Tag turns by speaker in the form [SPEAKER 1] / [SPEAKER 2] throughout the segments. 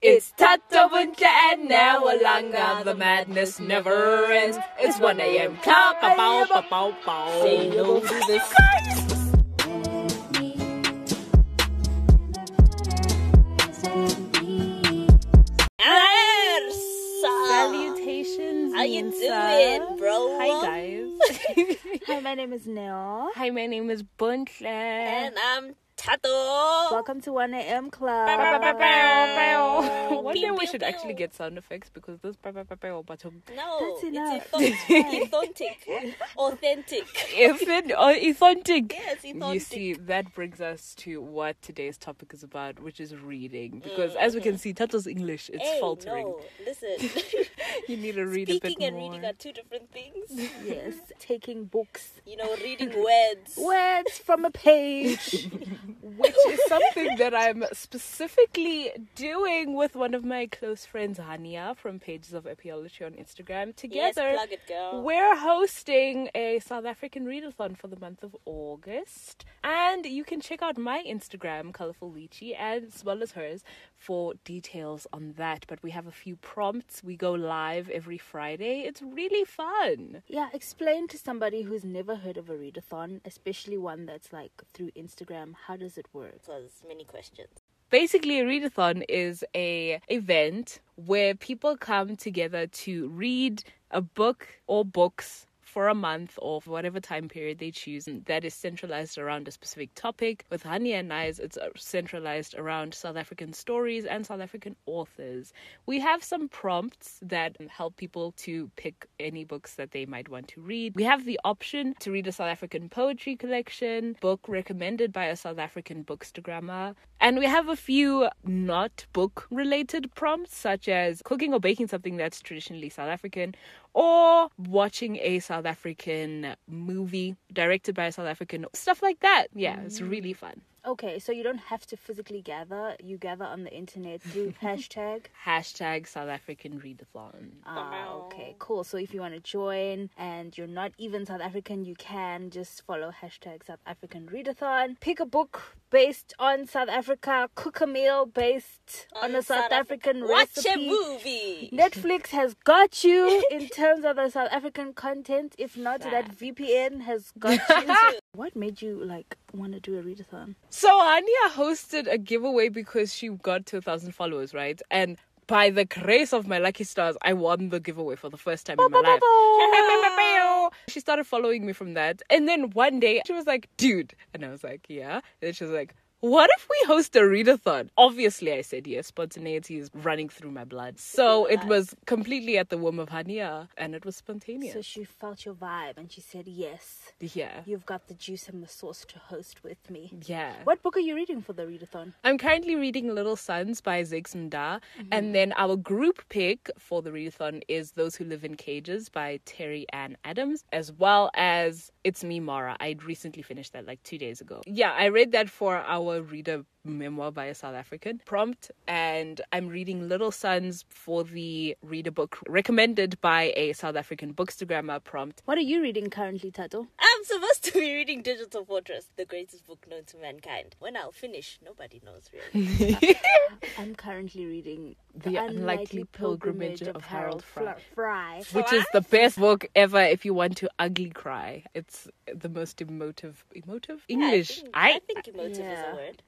[SPEAKER 1] It's Tata Winter and now Alanga. The madness never ends. It's 1 a.m. Clock. Bow, bow, bow, bow. Say no to this.
[SPEAKER 2] Salutations.
[SPEAKER 3] How you
[SPEAKER 2] Minsa.
[SPEAKER 3] doing, bro?
[SPEAKER 2] Hi guys.
[SPEAKER 3] Hi, my name is Nell.
[SPEAKER 1] Hi, my name is Buntle.
[SPEAKER 3] And I'm Tato.
[SPEAKER 2] Welcome to 1am
[SPEAKER 1] Bow, bow, bow, bow,
[SPEAKER 2] Club.
[SPEAKER 1] bow. One
[SPEAKER 3] Pew,
[SPEAKER 1] day we
[SPEAKER 3] pew,
[SPEAKER 1] should
[SPEAKER 3] pew.
[SPEAKER 1] actually get sound effects because this bow, bow, bow, bow button
[SPEAKER 3] No,
[SPEAKER 2] That's enough.
[SPEAKER 3] it's authentic. authentic. authentic.
[SPEAKER 1] is it uh, or authentic.
[SPEAKER 3] Yes, authentic.
[SPEAKER 1] You see, that brings us to what today's topic is about, which is reading. Because as we can see, Tato's English it's
[SPEAKER 3] Mm, hey,
[SPEAKER 1] faltering.
[SPEAKER 3] No, listen.
[SPEAKER 1] You need to read a
[SPEAKER 3] Speaking
[SPEAKER 1] bit
[SPEAKER 3] and
[SPEAKER 1] more.
[SPEAKER 3] reading are two different things.
[SPEAKER 2] Yes, taking books.
[SPEAKER 3] You know, reading words.
[SPEAKER 2] Words from a page.
[SPEAKER 1] which is something that I'm specifically doing with one of my close friends, Hania, from Pages of Epiology on Instagram.
[SPEAKER 3] Yes,
[SPEAKER 1] Together,
[SPEAKER 3] plug it, girl.
[SPEAKER 1] we're hosting a South African readathon for the month of August. And you can check out my Instagram, Colorful Lychee, and as well as hers for details on that. But we have a few prompts. We go live every Friday. It's really fun.
[SPEAKER 2] yeah, explain to somebody who's never heard of a readathon, especially one that's like through Instagram, how does it work?
[SPEAKER 3] Because many questions.
[SPEAKER 1] basically a readathon is a event where people come together to read a book or books for a month or for whatever time period they choose that is centralized around a specific topic with honey and eyes it's uh, centralized around south african stories and south african authors we have some prompts that help people to pick any books that they might want to read we have the option to read a south african poetry collection book recommended by a south african bookstagrammer and we have a few not book related prompts, such as cooking or baking something that's traditionally South African, or watching a South African movie directed by a South African, stuff like that. Yeah, it's really fun.
[SPEAKER 2] Okay, so you don't have to physically gather, you gather on the internet through hashtag.
[SPEAKER 1] Hashtag South African readathon.
[SPEAKER 2] Ah, okay, cool. So if you want to join and you're not even South African, you can just follow hashtag South African Readathon. Pick a book based on South Africa, cook a meal based on a South, African
[SPEAKER 3] Watch
[SPEAKER 2] recipe.
[SPEAKER 3] a movie.
[SPEAKER 2] Netflix has got you in terms of the South African content. If not, that VPN has got you. what made you like want to do a readathon?
[SPEAKER 1] So Anya hosted a giveaway because she got to a thousand followers, right? And by the grace of my lucky stars, I won the giveaway for the first time in my life. She started following me from that. And then one day she was like, dude. And I was like, yeah. And then she was like, what if we host a readathon? Obviously, I said yes. Spontaneity is running through my blood. So it was completely at the whim of Hania and it was spontaneous.
[SPEAKER 2] So she felt your vibe and she said, "Yes,
[SPEAKER 1] yeah.
[SPEAKER 2] you've got the juice and the sauce to host with me."
[SPEAKER 1] Yeah.
[SPEAKER 2] What book are you reading for the readathon?
[SPEAKER 1] I'm currently reading Little Sons by Zig Zimda, and then our group pick for the readathon is Those Who Live in Cages by Terry Ann Adams, as well as It's Me Mara. I'd recently finished that like two days ago. Yeah, I read that for our reader memoir by a South African prompt, and I'm reading Little Sons for the reader book recommended by a South African bookstagrammer prompt.
[SPEAKER 2] What are you reading currently, Tato?
[SPEAKER 3] I'm supposed to be reading Digital Fortress, the greatest book known to mankind. When I'll finish, nobody knows really.
[SPEAKER 2] I'm currently reading
[SPEAKER 1] The Unlikely Pilgrimage of Harold Fry.
[SPEAKER 2] Fla- Fry.
[SPEAKER 1] Which is the best book ever if you want to ugly cry. It's the most emotive emotive English.
[SPEAKER 3] Yeah,
[SPEAKER 1] I,
[SPEAKER 3] I think, I think emotive
[SPEAKER 2] Yeah.
[SPEAKER 3] is a word.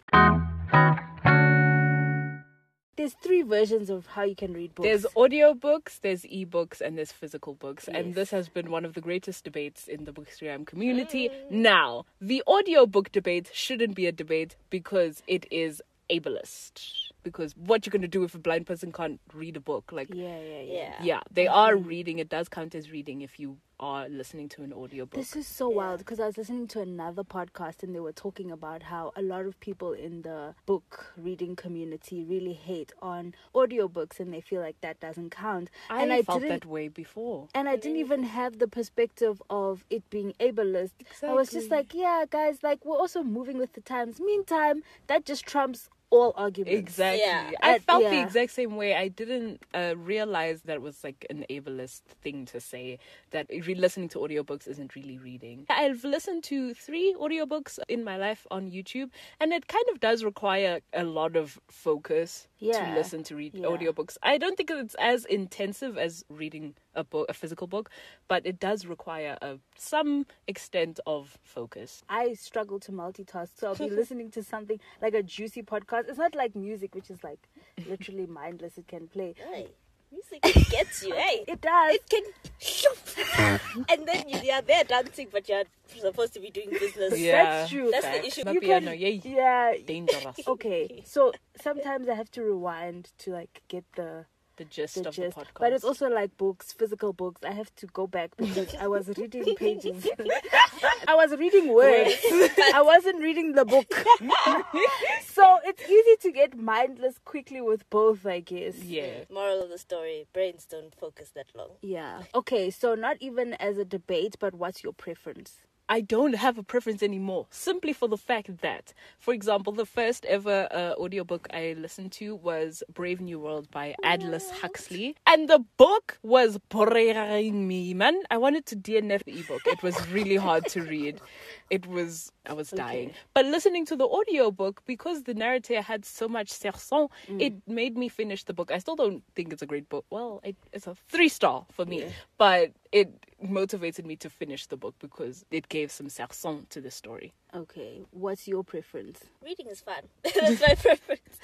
[SPEAKER 2] There's three versions of how you can read books.
[SPEAKER 1] There's audiobooks, there's ebooks, and there's physical books. And
[SPEAKER 2] Yes.
[SPEAKER 1] this has been one of the greatest debates in the Bookstagram community. Now, the audiobook debate shouldn't be a debate because it is ableist. Because what you're going to do if a blind person can't read a book? Like, yeah,
[SPEAKER 2] yeah, yeah, yeah.
[SPEAKER 3] Yeah.
[SPEAKER 1] they are reading. It does count as reading if you are listening to an audiobook.
[SPEAKER 2] This is so wild because I was listening to another podcast and they were talking about how a lot of people in the book reading community really hate on audiobooks and they feel like that doesn't count.
[SPEAKER 1] I
[SPEAKER 2] and
[SPEAKER 1] felt
[SPEAKER 2] didn't-
[SPEAKER 1] that way before.
[SPEAKER 2] and I didn't even have the perspective of it being ableist. I was just
[SPEAKER 1] Exactly.
[SPEAKER 2] like, yeah, guys, like we're also moving with the times. Meantime, that just trumps all arguments.
[SPEAKER 1] Exactly.
[SPEAKER 3] Yeah.
[SPEAKER 1] I
[SPEAKER 2] Uh,
[SPEAKER 1] felt the
[SPEAKER 2] yeah.
[SPEAKER 1] exact same way. I didn't uh, realize that was like an ableist thing to say that re- listening to audiobooks isn't really reading. I've listened to three audiobooks in my life on YouTube, and it kind of does require a lot of focus
[SPEAKER 2] Yeah.
[SPEAKER 1] to listen to read
[SPEAKER 2] Yeah.
[SPEAKER 1] audiobooks. I don't think it's as intensive as reading a book, a physical book, but it does require a, some extent of focus.
[SPEAKER 2] I struggle to multitask, so I'll be listening to something like a juicy podcast. It's not like music, which is like literally mindless. It can play.
[SPEAKER 3] Hey, music gets you, hey.
[SPEAKER 2] It does.
[SPEAKER 3] It can, and then you, you're there dancing, but you're supposed to be doing business.
[SPEAKER 1] Yeah.
[SPEAKER 2] That's true.
[SPEAKER 3] That's the
[SPEAKER 1] Facts.
[SPEAKER 3] issue.
[SPEAKER 1] Not
[SPEAKER 2] You
[SPEAKER 1] piano,
[SPEAKER 2] can-
[SPEAKER 1] yay.
[SPEAKER 2] Yeah.
[SPEAKER 1] Dangerous.
[SPEAKER 2] Okay. So sometimes I have to rewind to like get the
[SPEAKER 1] The gist
[SPEAKER 2] the
[SPEAKER 1] of
[SPEAKER 2] gist.
[SPEAKER 1] the podcast.
[SPEAKER 2] But it's also like books, physical books. I have to go back because I was reading pages. I was reading words. I wasn't reading the book. so it's easy to get mindless quickly with both, I guess.
[SPEAKER 1] yeah.
[SPEAKER 3] Moral of the story: brains don't focus that long.
[SPEAKER 2] Yeah. Okay, so not even as a debate, but what's your preference?
[SPEAKER 1] I don't have a preference anymore, simply for the fact that, for example, the first ever uh, audiobook I listened to was Brave New World by Aldous Huxley. And the book was boring me, man. I wanted to DNF the ebook. It was really hard to read. It was, I was dying. But listening to the audiobook, because the narrator had so much serson, it made me finish the book. I still don't think it's a great book. Well, it, it's a three star for me. But it motivated me to finish the book because it gave some serson to the story.
[SPEAKER 2] Okay, what's your preference?
[SPEAKER 3] reading is fun. That's my preference.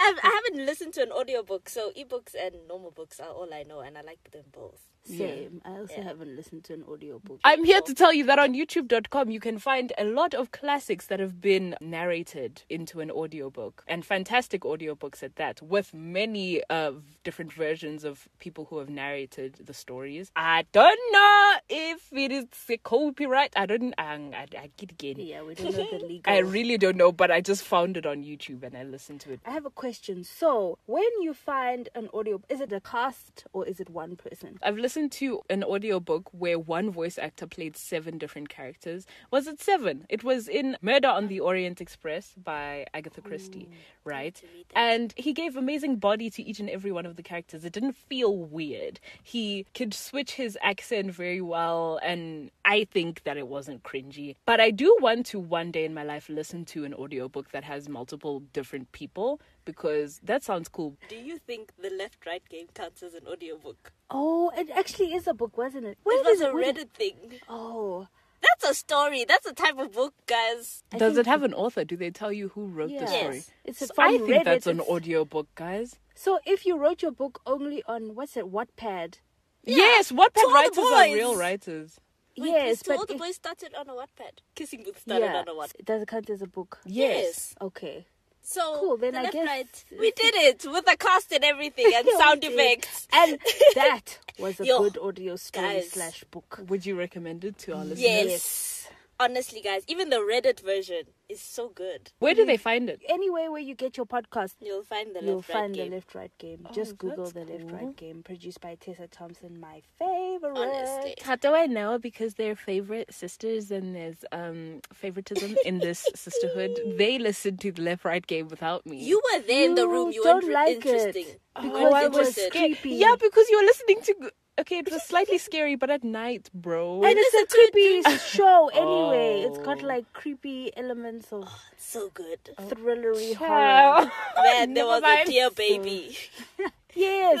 [SPEAKER 3] I've, I haven't listened to an audiobook, so ebooks and normal books are all I know, and I like them both.
[SPEAKER 2] Same. I also
[SPEAKER 3] Yeah.
[SPEAKER 2] haven't listened to an audiobook.
[SPEAKER 1] I'm here to tell you that on youtube.com you can find a lot of classics that have been narrated into an audiobook and fantastic audiobooks at that with many uh, different versions of people who have narrated the stories. I don't know if it is a copyright. I don't I, I, I get again.
[SPEAKER 2] yeah, we don't know the legal.
[SPEAKER 1] I really don't know, but I just found it on YouTube and I listened to it.
[SPEAKER 2] I have a question. So, when you find an audio, is it a cast or is it one person?
[SPEAKER 1] I've listened to an audiobook where one voice actor played seven different characters. Was it seven? It was in Murder on the Orient Express by Agatha Christie, right? And he gave amazing body to each and every one of the characters. It didn't feel weird. He could switch his accent very well, and I think that it wasn't cringy. But I do want to one day in my life listen to an audiobook that has multiple different people because that sounds cool.
[SPEAKER 3] Do you think the left right game counts as an audiobook?
[SPEAKER 2] Oh, it actually is a book, wasn't it? Where
[SPEAKER 3] it was
[SPEAKER 2] did-
[SPEAKER 3] a
[SPEAKER 2] where
[SPEAKER 3] Reddit
[SPEAKER 2] did-
[SPEAKER 3] thing.
[SPEAKER 2] Oh,
[SPEAKER 3] That's a story. That's a type of book, guys.
[SPEAKER 2] I
[SPEAKER 1] Does
[SPEAKER 2] think-
[SPEAKER 1] it have an author? Do they tell you who wrote the
[SPEAKER 2] Yeah.
[SPEAKER 1] story?
[SPEAKER 3] Yes.
[SPEAKER 2] It's a
[SPEAKER 1] So
[SPEAKER 2] from
[SPEAKER 1] I think
[SPEAKER 2] Reddit.
[SPEAKER 1] that's an
[SPEAKER 2] it's-
[SPEAKER 1] audiobook, guys.
[SPEAKER 2] So, if you wrote your book only on what's it, Wattpad?
[SPEAKER 1] Yes,
[SPEAKER 3] To all
[SPEAKER 1] Wattpad
[SPEAKER 3] the
[SPEAKER 1] writers are
[SPEAKER 3] boys.
[SPEAKER 1] real writers.
[SPEAKER 3] Wait,
[SPEAKER 2] yes,
[SPEAKER 3] so
[SPEAKER 2] but
[SPEAKER 3] all the
[SPEAKER 2] if-
[SPEAKER 3] boys started on a Wattpad. Kissing Booth started
[SPEAKER 2] yeah,
[SPEAKER 3] on a Wattpad.
[SPEAKER 2] does it count as a book?
[SPEAKER 1] Yes.
[SPEAKER 2] Okay.
[SPEAKER 3] So
[SPEAKER 2] Cool, then
[SPEAKER 3] the
[SPEAKER 2] I
[SPEAKER 3] left
[SPEAKER 2] guess-
[SPEAKER 3] right, we did it with a cast and everything and
[SPEAKER 2] Yeah, we
[SPEAKER 3] sound
[SPEAKER 2] did.
[SPEAKER 3] effects.
[SPEAKER 2] And that was a
[SPEAKER 3] Yo,
[SPEAKER 2] good audio story
[SPEAKER 3] guys.
[SPEAKER 2] slash book.
[SPEAKER 1] Would you recommend it to our listeners?
[SPEAKER 3] Yes. Honestly, guys, even the Reddit version is so good.
[SPEAKER 1] Where do they find it?
[SPEAKER 2] Anywhere where you get your podcast,
[SPEAKER 3] You'll find the
[SPEAKER 2] You'll
[SPEAKER 3] left right
[SPEAKER 2] find
[SPEAKER 3] game. Oh,
[SPEAKER 2] the left right game. Just Google
[SPEAKER 1] that's
[SPEAKER 2] the left
[SPEAKER 1] cool.
[SPEAKER 2] right game, produced by Tessa Thompson, my favorite.
[SPEAKER 3] Honestly.
[SPEAKER 1] How do I know? Because they're favorite sisters and there's um favoritism in this sisterhood. They listened to the left right game without me.
[SPEAKER 3] You were there in the
[SPEAKER 2] You
[SPEAKER 3] room. You
[SPEAKER 2] don't
[SPEAKER 3] weren't re-
[SPEAKER 2] like it.
[SPEAKER 3] interesting.
[SPEAKER 2] Oh,
[SPEAKER 3] You
[SPEAKER 1] Oh,
[SPEAKER 3] weren't
[SPEAKER 1] I was
[SPEAKER 3] interested.
[SPEAKER 1] scared.
[SPEAKER 2] creepy.
[SPEAKER 1] Yeah, because you were listening to. Okay, it was slightly scary, but at night, bro.
[SPEAKER 2] And it's a creepy show anyway. It's got
[SPEAKER 1] Oh.
[SPEAKER 2] like creepy elements of
[SPEAKER 3] So good.
[SPEAKER 2] Oh. thrillery horror.
[SPEAKER 1] Child.
[SPEAKER 3] Man, there
[SPEAKER 1] Never
[SPEAKER 3] was
[SPEAKER 1] mind.
[SPEAKER 3] a deer baby.
[SPEAKER 2] Mm. Yes.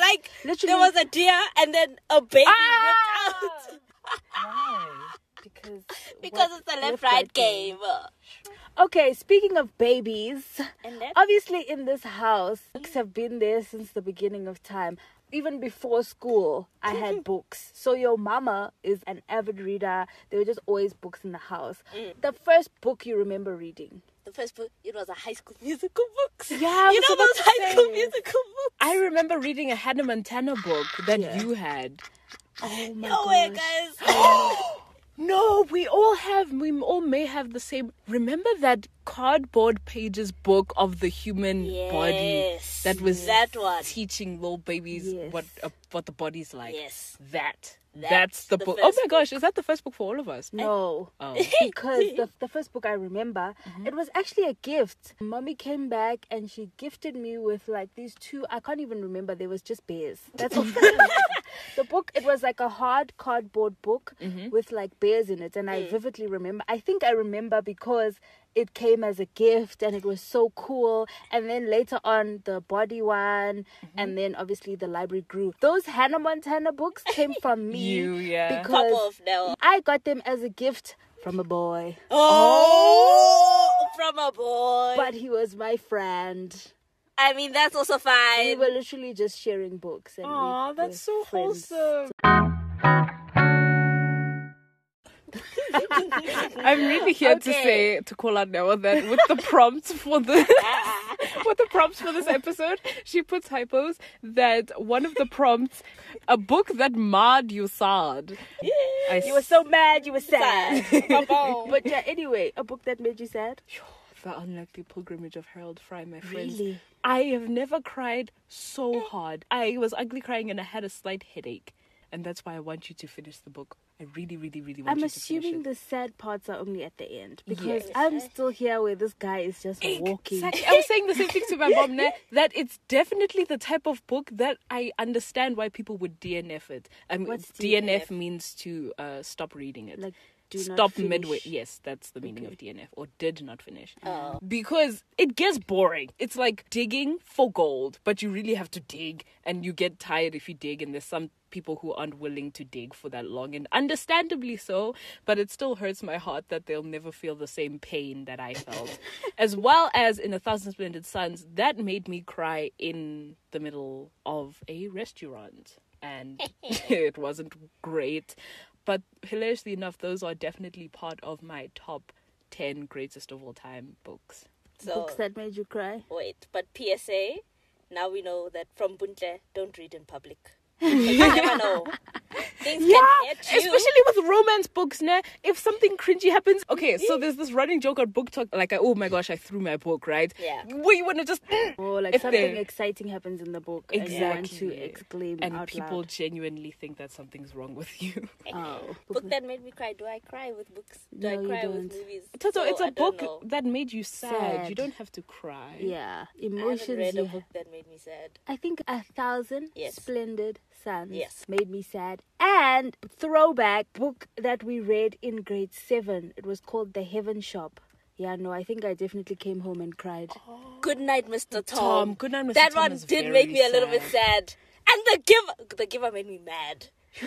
[SPEAKER 3] Like
[SPEAKER 2] Literally.
[SPEAKER 3] there was a deer and then a baby
[SPEAKER 1] Ah!
[SPEAKER 3] ripped out
[SPEAKER 2] because
[SPEAKER 3] because
[SPEAKER 2] what-
[SPEAKER 3] it's a left right game.
[SPEAKER 2] Okay, speaking of babies,
[SPEAKER 3] And then
[SPEAKER 2] obviously in this house, books have been there since the beginning of time. Even before school, I
[SPEAKER 3] Mm-hmm.
[SPEAKER 2] had books. So your mama is an avid reader. There were just always books in the house.
[SPEAKER 3] Mm.
[SPEAKER 2] The first book you remember reading.
[SPEAKER 3] the first book it was a high school musical books.
[SPEAKER 1] Yeah, I
[SPEAKER 3] you
[SPEAKER 1] was
[SPEAKER 3] know
[SPEAKER 1] about
[SPEAKER 3] those
[SPEAKER 1] to
[SPEAKER 3] high school
[SPEAKER 1] say.
[SPEAKER 3] musical books.
[SPEAKER 1] I remember reading a Hannah Montana book that
[SPEAKER 2] Yeah.
[SPEAKER 1] you had.
[SPEAKER 2] Oh my
[SPEAKER 3] No way,
[SPEAKER 2] gosh.
[SPEAKER 3] guys.
[SPEAKER 1] No, we all have, we all may have the same. Remember that cardboard pages book of the human body
[SPEAKER 3] Yes,
[SPEAKER 1] that was
[SPEAKER 3] that one.
[SPEAKER 1] teaching little babies
[SPEAKER 2] Yes.
[SPEAKER 1] what uh, what the body's like.
[SPEAKER 3] Yes.
[SPEAKER 1] that That's the, book. Oh
[SPEAKER 3] first
[SPEAKER 1] my gosh, is that the first book for all of us?
[SPEAKER 2] No.
[SPEAKER 1] Oh. Mm-hmm.
[SPEAKER 2] because the, the first book I remember, it was actually a gift. Mommy came back and she gifted me with like these two. I can't even remember. There was just bears. That's all. the book. It was like a hard cardboard book
[SPEAKER 1] Mm-hmm.
[SPEAKER 2] with like bears in it, and
[SPEAKER 1] Mm.
[SPEAKER 2] I vividly remember. I think I remember because it came as a gift and it was so cool and then later on the body one
[SPEAKER 1] Mm-hmm.
[SPEAKER 2] and then obviously the library grew those hannah montana books came from me
[SPEAKER 1] You, yeah.
[SPEAKER 2] because
[SPEAKER 3] Pop off now.
[SPEAKER 2] I got them as a gift from a boy,
[SPEAKER 3] Oh, from a boy.
[SPEAKER 2] but he was my friend.
[SPEAKER 3] I mean, that's also
[SPEAKER 2] We
[SPEAKER 3] fine.
[SPEAKER 2] were literally just sharing books. And we
[SPEAKER 1] Aw,
[SPEAKER 2] were
[SPEAKER 1] that's so
[SPEAKER 2] friends.
[SPEAKER 1] wholesome. I'm really here to
[SPEAKER 2] Okay.
[SPEAKER 1] say to call out now that with the prompts for the with the prompts for this episode, she puts hypos that one of the prompts a book that marred you sad. I
[SPEAKER 2] You were so mad, you were sad.
[SPEAKER 3] But
[SPEAKER 2] but yeah, anyway, a book that made you sad?
[SPEAKER 1] The Unlikely Pilgrimage of Harold Fry, my friends. I have never cried so hard. I was ugly crying and I had a slight headache. And that's why I want you to finish the book. I really, really, really want
[SPEAKER 2] I'm
[SPEAKER 1] you to finish
[SPEAKER 2] assuming
[SPEAKER 1] it.
[SPEAKER 2] the sad parts are only at the end because
[SPEAKER 1] Yes.
[SPEAKER 2] I'm still here where this guy is just walking.
[SPEAKER 1] Exactly. I was saying the same thing to my mom now, that it's definitely the type of book that I understand why people would DNF it. Um,
[SPEAKER 2] What's
[SPEAKER 1] DNF? means to uh, stop reading it.
[SPEAKER 2] Like, do not
[SPEAKER 1] stop midway.
[SPEAKER 2] finish. Oh.
[SPEAKER 1] Yes, that's the meaning of DNF or did not finish. Because it gets boring. It's like digging for gold, but you really have to dig and you get tired if you dig and there's some people who aren't willing to dig for that long and understandably so, but it still hurts my heart that they'll never feel the same pain that I felt. as well as in A Thousand Splendid Suns, that made me cry in the middle of a restaurant and it wasn't great. But hilariously enough, those are definitely part of my top 10 greatest of all time books.
[SPEAKER 3] so,
[SPEAKER 2] Books that made you cry?
[SPEAKER 3] wait, but PSA, now we know that from Buntle, don't read in public. Because you never know. Things can hit you.
[SPEAKER 1] especially with romance books, nah. If something cringy happens, okay. So there's this running joke on book talk, like, oh my gosh, I threw my book, right?
[SPEAKER 3] Yeah.
[SPEAKER 1] Where you wanna just
[SPEAKER 2] Or like
[SPEAKER 1] If
[SPEAKER 2] something
[SPEAKER 1] they-
[SPEAKER 2] exciting happens in the book and you want to exclaim
[SPEAKER 1] and
[SPEAKER 2] out
[SPEAKER 1] people
[SPEAKER 2] loud.
[SPEAKER 1] genuinely think that something's wrong with you.
[SPEAKER 2] Oh,
[SPEAKER 3] book that made me cry. Do I cry with books? Do
[SPEAKER 2] No,
[SPEAKER 3] I
[SPEAKER 2] you
[SPEAKER 3] cry with
[SPEAKER 2] don't.
[SPEAKER 3] movies?
[SPEAKER 1] Toto,
[SPEAKER 3] So,
[SPEAKER 1] it's a
[SPEAKER 3] I don't
[SPEAKER 1] book
[SPEAKER 3] know.
[SPEAKER 1] that made you sad. You
[SPEAKER 2] Sad.
[SPEAKER 1] don't have to cry.
[SPEAKER 2] yeah,
[SPEAKER 3] I
[SPEAKER 2] emotions.
[SPEAKER 3] haven't read a
[SPEAKER 2] you
[SPEAKER 3] book that made me sad.
[SPEAKER 2] I think a thousand
[SPEAKER 3] Yes.
[SPEAKER 2] splendid suns
[SPEAKER 3] Yes.
[SPEAKER 2] made me sad. And throwback book that we read in grade seven. It was called The Heaven Shop. Yeah, no, I think I definitely came home and cried.
[SPEAKER 3] Good night, Mr. Tom.
[SPEAKER 1] Tom, Good Night, Mr.
[SPEAKER 3] That
[SPEAKER 1] Tom
[SPEAKER 3] one
[SPEAKER 1] is
[SPEAKER 3] did
[SPEAKER 1] very
[SPEAKER 3] make me a little bit sad. And the giver, the giver made me mad.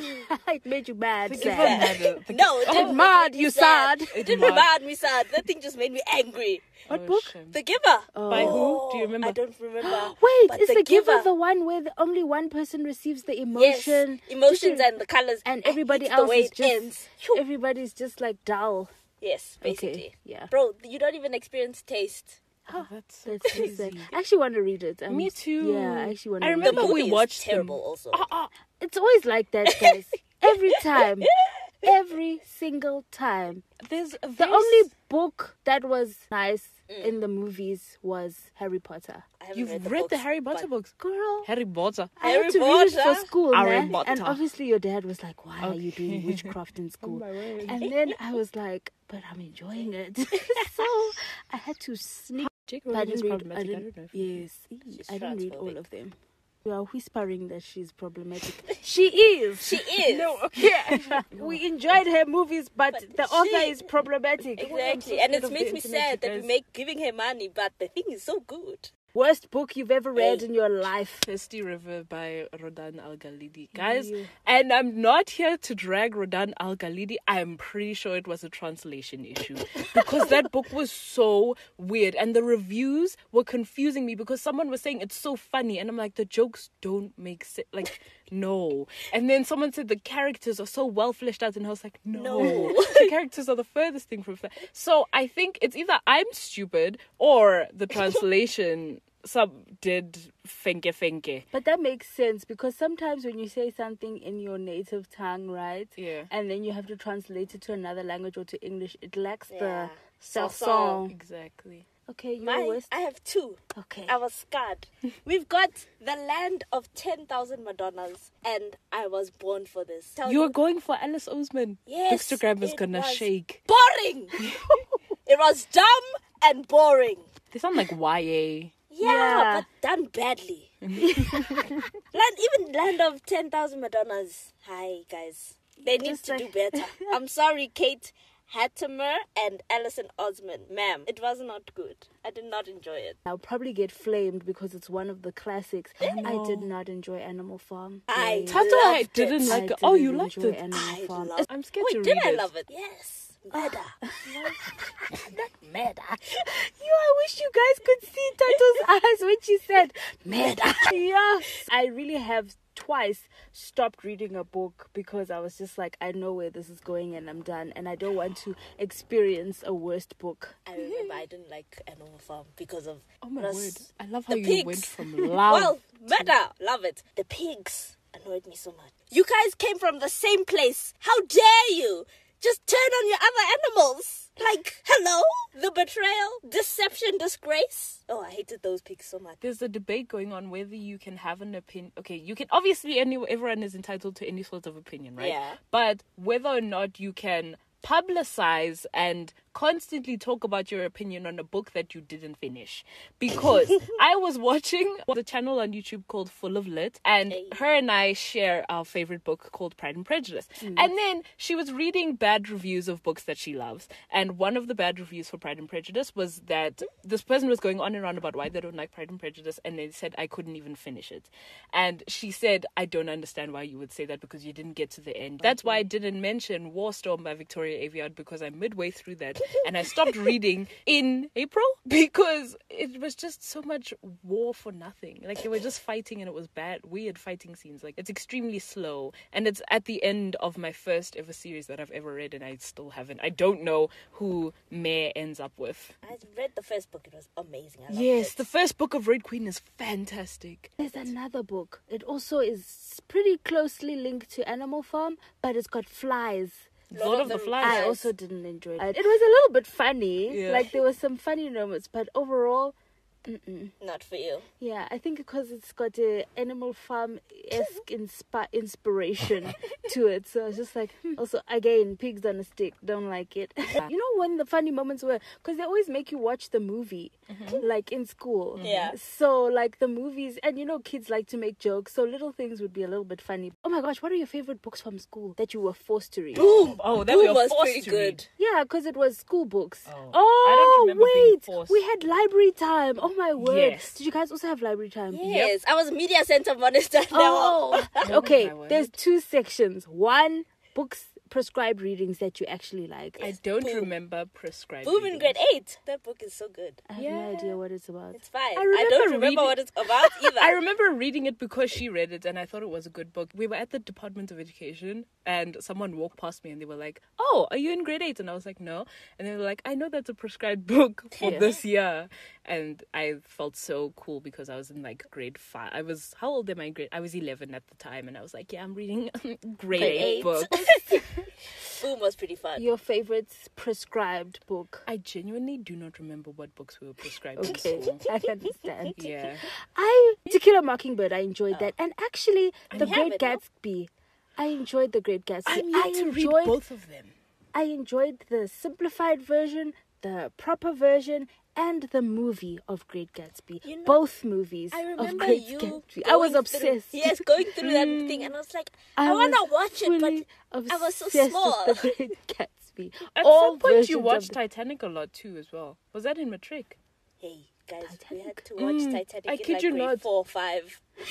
[SPEAKER 2] it made you mad.
[SPEAKER 1] The giver made
[SPEAKER 2] Sad.
[SPEAKER 1] the- the-
[SPEAKER 3] No, it didn't.
[SPEAKER 2] mad,
[SPEAKER 3] make me
[SPEAKER 2] you sad.
[SPEAKER 3] It didn't mad me sad. That thing just made me angry.
[SPEAKER 1] Oh,
[SPEAKER 2] What book?
[SPEAKER 1] shame.
[SPEAKER 3] The giver. Oh,
[SPEAKER 1] By who? Do you remember?
[SPEAKER 3] I don't remember.
[SPEAKER 2] Wait,
[SPEAKER 3] But
[SPEAKER 2] is the giver the one where the, only one person receives the
[SPEAKER 3] yes,
[SPEAKER 2] emotion?
[SPEAKER 3] emotions
[SPEAKER 2] Just in-
[SPEAKER 3] and the colors
[SPEAKER 2] and everybody
[SPEAKER 3] it's
[SPEAKER 2] else
[SPEAKER 3] the way
[SPEAKER 2] is
[SPEAKER 3] it
[SPEAKER 2] just
[SPEAKER 3] ends. Phew.
[SPEAKER 2] everybody's just like dull.
[SPEAKER 3] Yes, basically.
[SPEAKER 2] yeah.
[SPEAKER 3] Bro, you don't even experience taste.
[SPEAKER 1] Oh, that's so
[SPEAKER 2] That's so
[SPEAKER 1] crazy.
[SPEAKER 2] sad. I actually want to read it. i
[SPEAKER 1] Me too.
[SPEAKER 2] Yeah, I actually want to.
[SPEAKER 1] I
[SPEAKER 2] read it.
[SPEAKER 1] remember
[SPEAKER 3] The
[SPEAKER 1] we
[SPEAKER 3] movie is
[SPEAKER 1] watched them.
[SPEAKER 3] terrible also.
[SPEAKER 1] Uh,
[SPEAKER 2] It's always like that, guys. Every time. Every single time.
[SPEAKER 1] There's a
[SPEAKER 2] The
[SPEAKER 1] very
[SPEAKER 2] only book that was nice
[SPEAKER 1] Mm.
[SPEAKER 2] in the movies was Harry Potter.
[SPEAKER 3] I haven't
[SPEAKER 1] You've read the,
[SPEAKER 3] books,
[SPEAKER 1] Harry Potter
[SPEAKER 3] but-
[SPEAKER 1] books.
[SPEAKER 2] Girl.
[SPEAKER 1] Harry Potter.
[SPEAKER 2] I had
[SPEAKER 3] Harry
[SPEAKER 2] to read it
[SPEAKER 3] Potter?
[SPEAKER 2] for school,
[SPEAKER 1] Harry
[SPEAKER 2] man. And
[SPEAKER 1] Potter.
[SPEAKER 2] obviously your dad was like, Why are you doing witchcraft
[SPEAKER 1] Oh
[SPEAKER 2] in school? and then I was like, But I'm enjoying it. so I had to sneak
[SPEAKER 1] Jake
[SPEAKER 2] but I
[SPEAKER 1] Rowling is
[SPEAKER 2] didn't read
[SPEAKER 1] problematic. I,
[SPEAKER 2] didn't,
[SPEAKER 1] don't know. If
[SPEAKER 2] Yes. I didn't read all
[SPEAKER 3] transphobic.
[SPEAKER 2] of them. You are whispering that she's problematic. she is.
[SPEAKER 3] She is.
[SPEAKER 2] Yeah, we enjoyed her movies, but,
[SPEAKER 3] But
[SPEAKER 2] the author
[SPEAKER 3] she-
[SPEAKER 2] is problematic.
[SPEAKER 3] Exactly. And it
[SPEAKER 1] of
[SPEAKER 3] makes
[SPEAKER 1] the
[SPEAKER 3] me
[SPEAKER 1] internet,
[SPEAKER 3] sad
[SPEAKER 1] you
[SPEAKER 3] that we
[SPEAKER 1] guys.
[SPEAKER 3] make giving her money, but the thing is so good.
[SPEAKER 2] Worst book you've ever read in your life.
[SPEAKER 1] Thirsty River by Rodan Al Ghalidi. Guys,
[SPEAKER 2] Ew.
[SPEAKER 1] and I'm not here to drag Rodan Al Ghalidi. I'm pretty sure it was a translation issue because that book was so weird and the reviews were confusing me because someone was saying it's so funny and I'm like the jokes don't make sense. Like no. And then someone said the characters are so well fleshed out and I was like no.
[SPEAKER 3] No.
[SPEAKER 1] the characters are the furthest thing from that. So I think it's either I'm stupid or the translation some did fenke fenke.
[SPEAKER 2] But that makes sense because sometimes when you say something in your native tongue, right?
[SPEAKER 1] Yeah.
[SPEAKER 2] And then you have to translate it to another language or to English, it lacks
[SPEAKER 3] Yeah.
[SPEAKER 2] the
[SPEAKER 3] Sazon.
[SPEAKER 2] sazon.
[SPEAKER 1] Exactly.
[SPEAKER 2] Okay, you're
[SPEAKER 3] My,
[SPEAKER 2] West.
[SPEAKER 3] I have two.
[SPEAKER 2] Okay.
[SPEAKER 3] I was scarred. We've got the land of 10,000 Madonnas, and I was born for this. Tell
[SPEAKER 1] You're going for Alice Oseman.
[SPEAKER 3] Yes,
[SPEAKER 1] Instagram is
[SPEAKER 3] it
[SPEAKER 1] gonna
[SPEAKER 3] was.
[SPEAKER 1] shake.
[SPEAKER 3] boring! it was dumb and boring.
[SPEAKER 1] They sound like YA.
[SPEAKER 3] Yeah,
[SPEAKER 2] Yeah.
[SPEAKER 3] but done badly. land, even land of 10,000 Madonnas. Hi, guys. They need
[SPEAKER 2] Just
[SPEAKER 3] to do
[SPEAKER 2] like-
[SPEAKER 3] better. I'm sorry, Kate Hattimer and Alison Osman. Ma'am, it was not good. I did not enjoy it.
[SPEAKER 2] I'll probably get flamed because it's one of the classics. I did not enjoy Animal Farm.
[SPEAKER 3] I
[SPEAKER 2] Yay.
[SPEAKER 1] That's why I
[SPEAKER 3] loved
[SPEAKER 1] didn't
[SPEAKER 3] it.
[SPEAKER 1] like
[SPEAKER 2] I
[SPEAKER 1] it. Oh, you
[SPEAKER 2] didn't
[SPEAKER 1] liked
[SPEAKER 2] enjoy
[SPEAKER 1] it.
[SPEAKER 2] Animal
[SPEAKER 3] I
[SPEAKER 2] Farm.
[SPEAKER 3] love-
[SPEAKER 1] I'm scared
[SPEAKER 3] Wait,
[SPEAKER 1] to
[SPEAKER 3] did
[SPEAKER 1] read
[SPEAKER 3] I
[SPEAKER 1] it. Ah.
[SPEAKER 3] love it? Yes. Murder. Not murder.
[SPEAKER 2] You, I wish you guys could see Tato's eyes when she said, Mad. yeah. I really have twice stopped reading a book because I was just like, I know where this is going and I'm done. And I don't want to experience a worst book.
[SPEAKER 3] I remember I didn't like Animal Farm because of
[SPEAKER 1] Oh my
[SPEAKER 3] it was-
[SPEAKER 1] word! I love how
[SPEAKER 3] the
[SPEAKER 1] you
[SPEAKER 3] pigs.
[SPEAKER 1] went from love.
[SPEAKER 3] Well, murder. Love it. The pigs annoyed me so much. You guys came from the same place. How dare you? Just turn on your other animals. Like, hello? The betrayal, deception, disgrace. Oh, I hated those pigs so much.
[SPEAKER 1] there's a debate going on whether you can have an opinion. Okay, you can obviously any everyone is entitled to any sort of opinion, right?
[SPEAKER 3] Yeah.
[SPEAKER 1] But whether or not you can publicize and constantly talk about your opinion on a book that you didn't finish because I was watching the channel on YouTube called Full of Lit and
[SPEAKER 3] Hey.
[SPEAKER 1] her and I share our favorite book called Pride and Prejudice and then she was reading bad reviews of books that she loves and one of the bad reviews for Pride and Prejudice was that this person was going on and on about why they don't like Pride and Prejudice and they said I couldn't even finish it and she said I don't understand why you would say that because you didn't get to the end that's why I didn't mention War Storm by Victoria Aveyard because I'm midway through that and I stopped reading in April because it was just so much war for nothing. Like they were just fighting and it was bad, weird fighting scenes. Like it's extremely slow and it's at the end of my first ever series that I've ever read and I still haven't. I don't know who Mare ends up with.
[SPEAKER 3] I read the first book. It was amazing. I loved
[SPEAKER 1] Yes,
[SPEAKER 3] it.
[SPEAKER 1] the first book of Red Queen is fantastic.
[SPEAKER 2] There's another book. It also is pretty closely linked to Animal Farm, but it's got flies.
[SPEAKER 1] Lord, of the Flies.
[SPEAKER 2] I
[SPEAKER 3] Yes.
[SPEAKER 2] also didn't enjoy it. It was a little bit funny.
[SPEAKER 1] Yeah.
[SPEAKER 2] Like there were some funny moments, but overall, mm-mm.
[SPEAKER 3] Not for you.
[SPEAKER 2] yeah, I think because it's got a Animal Farm esque inspi- inspiration to it. So I was just like, hmm. also again, pigs on a stick. Don't like it. you know when the funny moments were because they always make you watch the movie,
[SPEAKER 1] Mm-hmm.
[SPEAKER 2] like in school.
[SPEAKER 3] Yeah.
[SPEAKER 2] So like the movies, and you know kids like to make jokes, so little things would be a little bit funny. Oh my gosh, what are your favorite books from school that you were forced to read?
[SPEAKER 3] Boom.
[SPEAKER 1] Oh, that
[SPEAKER 3] Boom
[SPEAKER 1] we were
[SPEAKER 3] was
[SPEAKER 1] forced
[SPEAKER 3] pretty
[SPEAKER 1] to
[SPEAKER 3] good.
[SPEAKER 1] read.
[SPEAKER 2] Yeah, because it was school books.
[SPEAKER 1] Oh.
[SPEAKER 2] Oh,
[SPEAKER 1] I don't remember
[SPEAKER 2] wait.
[SPEAKER 1] being forced.
[SPEAKER 2] We had library time. Oh my word.
[SPEAKER 1] Yes.
[SPEAKER 2] Did you guys also have library time?
[SPEAKER 3] Yes, I was media center monitor.
[SPEAKER 2] Oh,
[SPEAKER 1] No,
[SPEAKER 2] okay.
[SPEAKER 1] my word.
[SPEAKER 2] There's two sections. One, books prescribed readings that you actually like.
[SPEAKER 1] I don't remember prescribing.
[SPEAKER 3] Boom in grade eight. That book is so good.
[SPEAKER 2] I have no idea what it's about.
[SPEAKER 3] It's fine.
[SPEAKER 1] I
[SPEAKER 3] I,
[SPEAKER 1] remember
[SPEAKER 3] don't remember
[SPEAKER 1] reading-
[SPEAKER 3] what it's about either.
[SPEAKER 1] I remember reading it because she read it and I thought it was a good book. We were at the Department of Education and someone walked past me and they were like, Oh, are you in grade eight? And I was like, No. And they were like, I know that's a prescribed book for
[SPEAKER 2] Yeah.
[SPEAKER 1] this year. And I felt so cool because I was in like grade five. I was, how old am I? in Grade, I was 11 at the time and I was like, Yeah, I'm reading grade, eight,
[SPEAKER 3] eight.
[SPEAKER 1] book.
[SPEAKER 3] Boom was pretty fun.
[SPEAKER 2] Your favorite prescribed book.
[SPEAKER 1] I genuinely do not remember what books we were prescribed in
[SPEAKER 2] Okay,
[SPEAKER 1] school.
[SPEAKER 2] I understand.
[SPEAKER 1] Yeah.
[SPEAKER 2] I To Kill a Mockingbird, I enjoyed that, and actually, The
[SPEAKER 3] You
[SPEAKER 2] Great
[SPEAKER 3] Oh. have it, no?
[SPEAKER 2] Gatsby. I enjoyed The Great Gatsby.
[SPEAKER 1] I need
[SPEAKER 2] I
[SPEAKER 1] to read
[SPEAKER 2] enjoyed
[SPEAKER 1] both of them.
[SPEAKER 2] I enjoyed the simplified version, the proper version, and the movie of Great Gatsby.
[SPEAKER 3] You know,
[SPEAKER 2] Both movies
[SPEAKER 3] I
[SPEAKER 2] of
[SPEAKER 3] remember
[SPEAKER 2] Great
[SPEAKER 3] you.
[SPEAKER 2] Gatsby. I
[SPEAKER 3] going
[SPEAKER 2] was
[SPEAKER 3] through-
[SPEAKER 2] obsessed.
[SPEAKER 3] yes, going through that
[SPEAKER 1] Mm.
[SPEAKER 3] thing, and I was like, I,
[SPEAKER 2] was
[SPEAKER 3] wanna watch it,
[SPEAKER 2] fully
[SPEAKER 3] but I was so
[SPEAKER 2] obsessed
[SPEAKER 3] small.
[SPEAKER 2] With the Great Gatsby.
[SPEAKER 1] At
[SPEAKER 2] All
[SPEAKER 1] some point,
[SPEAKER 2] versions
[SPEAKER 1] you
[SPEAKER 2] of
[SPEAKER 1] watched
[SPEAKER 2] the-
[SPEAKER 1] Titanic a lot too, as well. Was that in Matric?
[SPEAKER 3] Hey guys, we had
[SPEAKER 2] Titanic.
[SPEAKER 3] to watch Titanic.
[SPEAKER 1] Mm, I
[SPEAKER 3] in
[SPEAKER 1] kid
[SPEAKER 3] like
[SPEAKER 1] you
[SPEAKER 3] grade
[SPEAKER 1] not.
[SPEAKER 3] Four, or five.
[SPEAKER 2] Oh,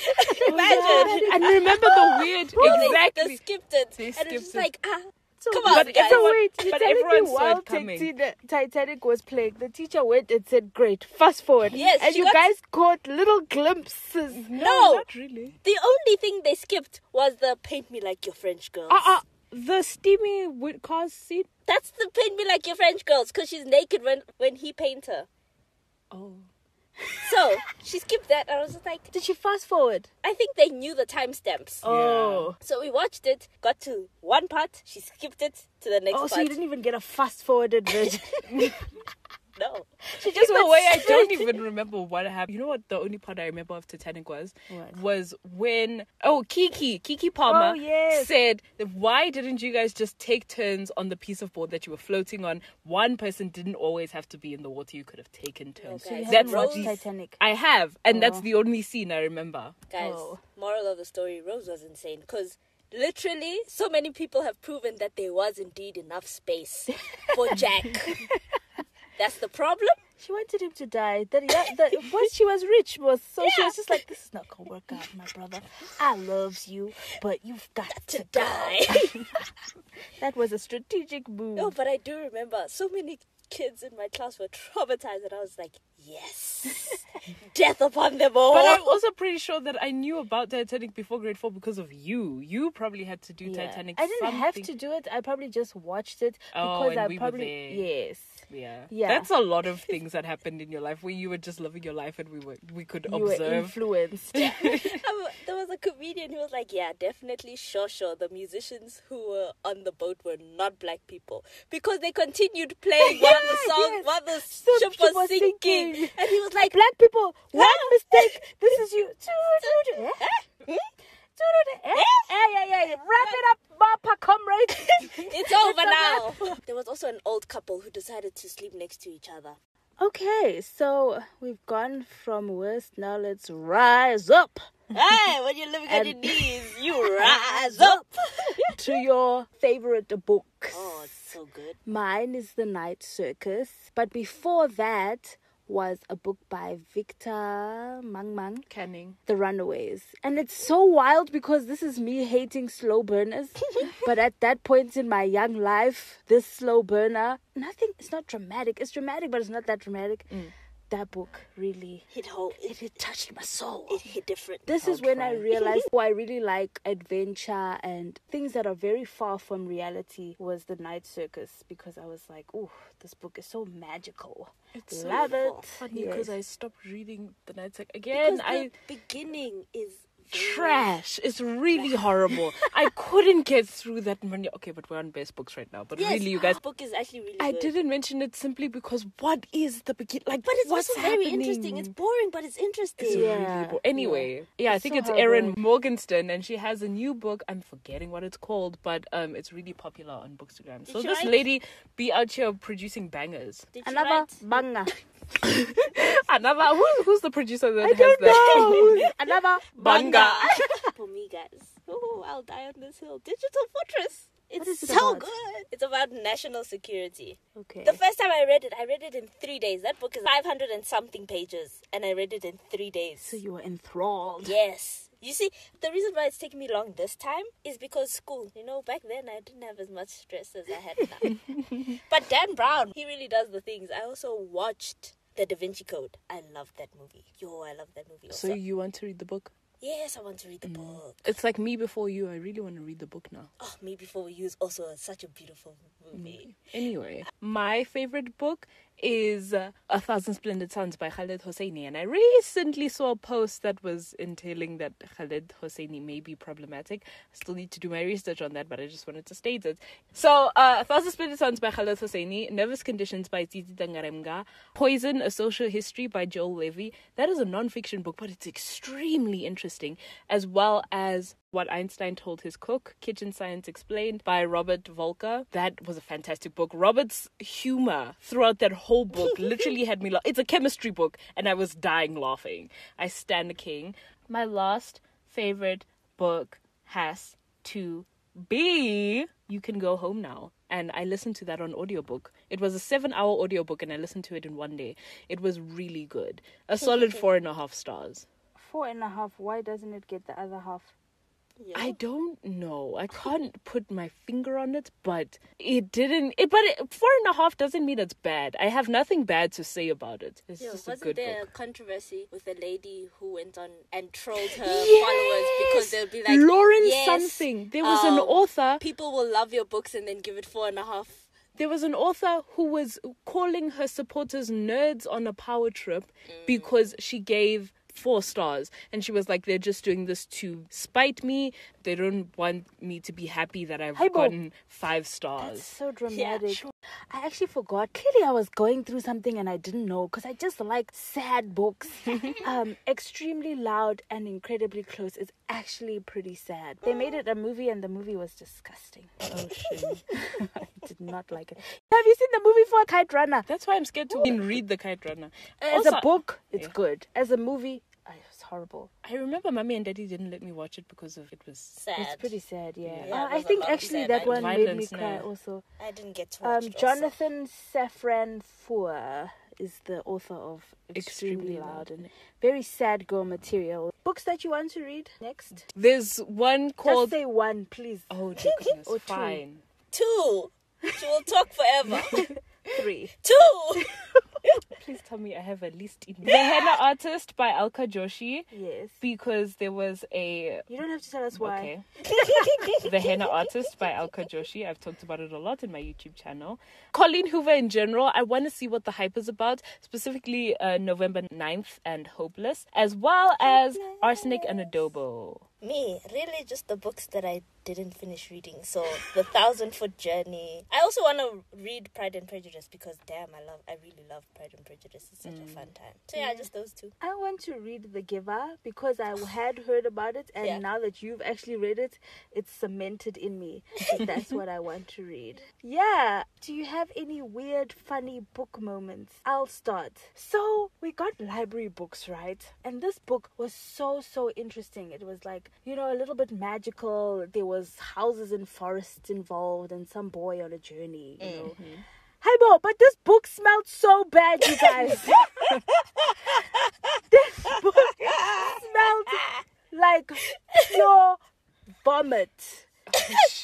[SPEAKER 2] yeah.
[SPEAKER 3] Imagine.
[SPEAKER 1] And remember the weird,
[SPEAKER 3] They,
[SPEAKER 1] exactly.
[SPEAKER 3] they skipped it,
[SPEAKER 1] They
[SPEAKER 3] and it's
[SPEAKER 1] skipped
[SPEAKER 3] just
[SPEAKER 1] it.
[SPEAKER 3] like ah.
[SPEAKER 2] So
[SPEAKER 3] Come
[SPEAKER 2] weird.
[SPEAKER 3] on, guys.
[SPEAKER 2] so wait,
[SPEAKER 1] But everyone- but
[SPEAKER 2] you telling me
[SPEAKER 1] everyone saw it
[SPEAKER 2] while
[SPEAKER 1] coming.
[SPEAKER 2] Titi- Titanic was playing, the teacher went and said, "Great, fast forward."
[SPEAKER 3] Yes,
[SPEAKER 2] and
[SPEAKER 3] she
[SPEAKER 2] you
[SPEAKER 3] got-
[SPEAKER 2] guys caught little glimpses.
[SPEAKER 3] No.
[SPEAKER 1] not really.
[SPEAKER 3] The only thing they skipped was the paint me like your French girls.
[SPEAKER 1] Uh, uh, the steamy wood car seat.
[SPEAKER 3] That's the paint me like your French girls, cause she's naked when when he paints her.
[SPEAKER 1] Oh.
[SPEAKER 3] So she skipped that, and I was just like,
[SPEAKER 2] Did she fast forward?
[SPEAKER 3] I think they knew the timestamps.
[SPEAKER 2] Oh.
[SPEAKER 3] So we watched it, got to one part, she skipped it to the next
[SPEAKER 2] Oh,
[SPEAKER 3] part.
[SPEAKER 2] so you didn't even get a fast forwarded version.
[SPEAKER 3] No. She
[SPEAKER 1] Just
[SPEAKER 3] just
[SPEAKER 1] the
[SPEAKER 3] went
[SPEAKER 1] way I
[SPEAKER 3] straight-
[SPEAKER 1] don't even remember what happened. You know what? The only part I remember of Titanic was
[SPEAKER 2] What?
[SPEAKER 1] was when oh Kiki Kiki Palmer
[SPEAKER 2] Oh, yes.
[SPEAKER 1] said, that, "Why didn't you guys just take turns on the piece of board that you were floating on? One person didn't always have to be in the water. You could have taken turns."
[SPEAKER 3] guys,
[SPEAKER 1] That's
[SPEAKER 2] Haven't
[SPEAKER 3] Rose-
[SPEAKER 2] watched Titanic.
[SPEAKER 1] I have, and that's
[SPEAKER 2] Oh.
[SPEAKER 1] the only scene I remember.
[SPEAKER 3] Guys,
[SPEAKER 2] Oh.
[SPEAKER 3] moral of the story, Rose was insane because literally so many people have proven that there was indeed enough space for Jack. That's the problem.
[SPEAKER 2] She wanted him to die. That yeah, that once she was rich was so she
[SPEAKER 3] Yeah.
[SPEAKER 2] was just like, this is not gonna work out, my brother. I loves you, but you've got to,
[SPEAKER 3] To
[SPEAKER 2] die.
[SPEAKER 3] die.
[SPEAKER 2] That was a strategic move.
[SPEAKER 1] Oh,
[SPEAKER 3] no, but I do remember so many kids in my class were traumatized, and I was like, yes, death upon them all.
[SPEAKER 1] But I'm also pretty sure that I knew about Titanic before grade four because of you. You probably had to do
[SPEAKER 2] Yeah.
[SPEAKER 1] Titanic.
[SPEAKER 2] I didn't have to
[SPEAKER 1] something-
[SPEAKER 2] do it. I probably just watched it
[SPEAKER 1] Oh,
[SPEAKER 2] because
[SPEAKER 1] and
[SPEAKER 2] I
[SPEAKER 1] we were
[SPEAKER 2] probably
[SPEAKER 1] there.
[SPEAKER 2] yes.
[SPEAKER 1] Yeah.
[SPEAKER 2] Yeah.
[SPEAKER 1] That's a lot of things that happened in your life where you were just living your life and we were we could
[SPEAKER 2] You were
[SPEAKER 1] observe.
[SPEAKER 2] influenced.
[SPEAKER 3] Um, there was a comedian who was like, "Yeah, definitely, sure, sure." The musicians who were on the boat were not black people because they continued playing while the
[SPEAKER 2] Yeah,
[SPEAKER 3] song,
[SPEAKER 2] yes.
[SPEAKER 3] while the
[SPEAKER 2] So
[SPEAKER 3] ship
[SPEAKER 2] she
[SPEAKER 3] was,
[SPEAKER 2] was
[SPEAKER 3] sinking.
[SPEAKER 2] sinking.
[SPEAKER 3] and he was like,
[SPEAKER 2] Black people, one mistake. This is you. Eh?
[SPEAKER 3] Hmm?
[SPEAKER 2] Eh? Eh, eh, eh, eh. Wrap it up, Mapa comrade.
[SPEAKER 3] "It's over now." there was also an old couple who decided to sleep next to each other.
[SPEAKER 2] Okay, so we've gone from worst. Now let's rise up
[SPEAKER 3] hey, when you're living on
[SPEAKER 2] And-
[SPEAKER 3] your knees, you rise up.
[SPEAKER 2] to your favorite books.
[SPEAKER 3] oh, it's so good.
[SPEAKER 2] Mine is The Night Circus, but before that was a book by Victor Mang Mang,
[SPEAKER 1] Canning.
[SPEAKER 2] The Runaways. And it's so wild because this is me hating slow burners. but at that point in my young life, this slow burner, nothing, it's not dramatic. It's dramatic, but it's not that dramatic. That book really,
[SPEAKER 3] Hit home. It,
[SPEAKER 2] it, it touched my soul.
[SPEAKER 3] it hit different.
[SPEAKER 2] This is
[SPEAKER 1] I'll
[SPEAKER 2] when I
[SPEAKER 1] try.
[SPEAKER 2] realized why I really like adventure and things that are very far from reality was the night circus because I was like, oh, this book is so magical.
[SPEAKER 1] It's
[SPEAKER 2] Love
[SPEAKER 1] so
[SPEAKER 2] it.
[SPEAKER 1] funny because I stopped reading the night Circus again.
[SPEAKER 3] because
[SPEAKER 1] I
[SPEAKER 3] the beginning is very-
[SPEAKER 1] trash. It's really horrible. I couldn't get through that many. Okay, but we're on best books right now. But
[SPEAKER 3] Yes,
[SPEAKER 1] really, you guys.
[SPEAKER 3] this book is actually really.
[SPEAKER 1] I
[SPEAKER 3] good.
[SPEAKER 1] didn't mention it simply because what is the begin? Like,
[SPEAKER 3] But it's
[SPEAKER 1] what's
[SPEAKER 3] also very interesting. It's
[SPEAKER 1] happening?
[SPEAKER 3] boring, but it's interesting.
[SPEAKER 1] It's
[SPEAKER 2] Yeah,
[SPEAKER 1] really bo- anyway, yeah, I
[SPEAKER 2] It's
[SPEAKER 1] think
[SPEAKER 2] so
[SPEAKER 1] it's Erin
[SPEAKER 2] horrible.
[SPEAKER 1] Morgenstern, and she has a new book. I'm forgetting what it's called, but um, it's really popular on Bookstagram. So
[SPEAKER 3] she
[SPEAKER 1] this
[SPEAKER 3] write-
[SPEAKER 1] lady be out here producing bangers.
[SPEAKER 3] Did she
[SPEAKER 2] Another
[SPEAKER 3] write-
[SPEAKER 2] manga.
[SPEAKER 1] Another who, who's the producer that
[SPEAKER 2] I
[SPEAKER 1] has
[SPEAKER 2] don't
[SPEAKER 1] that?
[SPEAKER 2] know. Another
[SPEAKER 1] Banga.
[SPEAKER 3] for me, guys. Oh, I'll die on this hill. Digital Fortress. It's
[SPEAKER 2] is it
[SPEAKER 3] so
[SPEAKER 2] about?
[SPEAKER 3] good. It's about national security.
[SPEAKER 2] Okay.
[SPEAKER 3] The first time I read it, I read it in three days. That book is 500 and something pages, and I read it in three days.
[SPEAKER 2] So you were enthralled.
[SPEAKER 3] Yes. You see, the reason why it's taking me long this time is because school. You know, back then I didn't have as much stress as I had now. but Dan Brown, he really does the things. I also watched The Da Vinci Code. I love that movie. Yo, I love that movie. Also.
[SPEAKER 1] So you Mm. want to read the book?
[SPEAKER 3] yes, I want to read the book.
[SPEAKER 1] It's like me before you. I really want to read the book now.
[SPEAKER 3] Oh, Me Before We Use also is such a beautiful
[SPEAKER 1] Mm.
[SPEAKER 3] movie.
[SPEAKER 1] Anyway, my favorite book is uh, A Thousand Splendid Suns by Khaled Hosseini. And I recently saw a post that was entailing that Khaled Hosseini may be problematic. I still need to do my research on that, but I just wanted to state it. So, uh, A Thousand Splendid Suns by Khaled Hosseini, Nervous Conditions by Zizi Dangaremga, Poison, A Social History by Joel Levy. That is a non-fiction book, but it's extremely interesting, as well as what Einstein Told His Cook, Kitchen Science Explained by Robert Volker. That was a fantastic book. Robert's humor throughout that whole book literally had me laugh. It's a chemistry book, and I was dying laughing. I stand a king. My last favorite book has to be You Can Go Home Now. And I listened to that on audiobook. It was a seven hour audiobook, and I listened to it in one day. It was really good. A solid four and a half stars.
[SPEAKER 2] Four and a half. Why doesn't it get the other half?
[SPEAKER 3] Yeah.
[SPEAKER 1] I don't know. I can't put my finger on it, but it didn't. It, but it, four and a half doesn't mean it's bad. I have nothing bad to say about it. It's
[SPEAKER 3] Yeah,
[SPEAKER 1] just a
[SPEAKER 3] wasn't
[SPEAKER 1] good
[SPEAKER 3] there
[SPEAKER 1] book.
[SPEAKER 3] a controversy with a lady who went on and trolled her
[SPEAKER 1] Yes!
[SPEAKER 3] followers because they'll be like
[SPEAKER 1] Lauren
[SPEAKER 3] "Yes,
[SPEAKER 1] something. There was an
[SPEAKER 3] um,
[SPEAKER 1] author.
[SPEAKER 3] People will love your books and then give it four and a half.
[SPEAKER 1] There was an author who
[SPEAKER 3] Mm.
[SPEAKER 1] was calling her supporters nerds on a power trip because she gave four stars. And she was like, they're just doing this to spite me. They don't want me to be happy that I've
[SPEAKER 2] Hey, Bo.
[SPEAKER 1] gotten five stars.
[SPEAKER 2] That's so dramatic.
[SPEAKER 3] sure.
[SPEAKER 2] I actually forgot. Clearly, I was going through something and I didn't know because I just like sad books. um, extremely loud and incredibly close is actually pretty sad. They made it a movie and the movie was disgusting. Oh shit! I did not like it. Have you seen the movie for Kite Runner?
[SPEAKER 1] That's why I'm scared to even read The Kite Runner.
[SPEAKER 2] As
[SPEAKER 1] Also,
[SPEAKER 2] a book, it's
[SPEAKER 1] Yeah.
[SPEAKER 2] good. As a movie, ah, it's horrible.
[SPEAKER 1] I remember mommy and daddy didn't let me watch it because of it was.
[SPEAKER 3] Sad.
[SPEAKER 2] It's pretty sad. Yeah.
[SPEAKER 3] Yeah,
[SPEAKER 2] Ah, I
[SPEAKER 3] there's a
[SPEAKER 2] think
[SPEAKER 3] lot of
[SPEAKER 2] actually
[SPEAKER 3] sad
[SPEAKER 2] that one made me
[SPEAKER 1] violence
[SPEAKER 2] cry
[SPEAKER 1] now.
[SPEAKER 2] also.
[SPEAKER 3] I didn't get to watch
[SPEAKER 2] Um,
[SPEAKER 3] it. also.
[SPEAKER 2] Jonathan Safran Foer is the author of Extremely,
[SPEAKER 1] Extremely Loud.
[SPEAKER 2] Loud and very sad girl material. Books that you want to read next?
[SPEAKER 1] There's one
[SPEAKER 2] Just
[SPEAKER 1] called.
[SPEAKER 2] say one, please.
[SPEAKER 1] Oh, dear goodness.
[SPEAKER 2] Or two.
[SPEAKER 1] Fine.
[SPEAKER 3] Two. She will talk forever.
[SPEAKER 2] Three.
[SPEAKER 3] Two.
[SPEAKER 1] Please tell me I have a list in The Henna Artist by Alka Joshi
[SPEAKER 2] Yes.
[SPEAKER 1] because there was a.
[SPEAKER 2] You don't have to tell us why.
[SPEAKER 1] Okay. the henna artist by Alka Joshi. I've talked about it a lot in my YouTube channel. Colleen Hoover in general, I want to see what the hype is about, specifically uh, November 9th and Hopeless, as well as Arsenic and Adobo.
[SPEAKER 3] Me, really, just the books that I didn't finish reading. So the Thousand Foot Journey. I also want to read Pride and Prejudice because damn, I love, I really love Pride and Prejudice. It's such a fun time. So Mm. yeah, just those two.
[SPEAKER 2] I want to read The Giver because I had heard about it, and
[SPEAKER 3] Yeah.
[SPEAKER 2] now that you've actually read it, it's cemented in me. that that's what I want to read. Yeah. Do you have any weird, funny book moments? I'll start. So, we got library books, right? And this book was so, so interesting. It was like, you know, a little bit magical. There was houses and forests involved, and some boy on a journey, you know. Hi, Bo, but this book smelled so bad, you guys. smelled like pure vomit.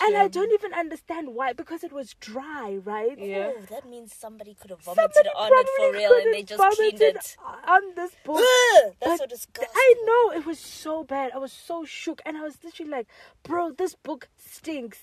[SPEAKER 2] And I don't even understand why, because it was dry, right?
[SPEAKER 1] Yeah.
[SPEAKER 3] Oh, that means somebody could have
[SPEAKER 2] Somebody
[SPEAKER 3] vomited on it for
[SPEAKER 2] probably
[SPEAKER 3] real,
[SPEAKER 2] could
[SPEAKER 3] and they
[SPEAKER 2] have
[SPEAKER 3] just cleaned
[SPEAKER 2] vomited
[SPEAKER 3] it.
[SPEAKER 2] On this book.
[SPEAKER 3] Ugh,
[SPEAKER 2] But
[SPEAKER 3] That's so disgusting.
[SPEAKER 2] I know it was so bad. I was so shook, and I was literally like, "Bro, this book stinks."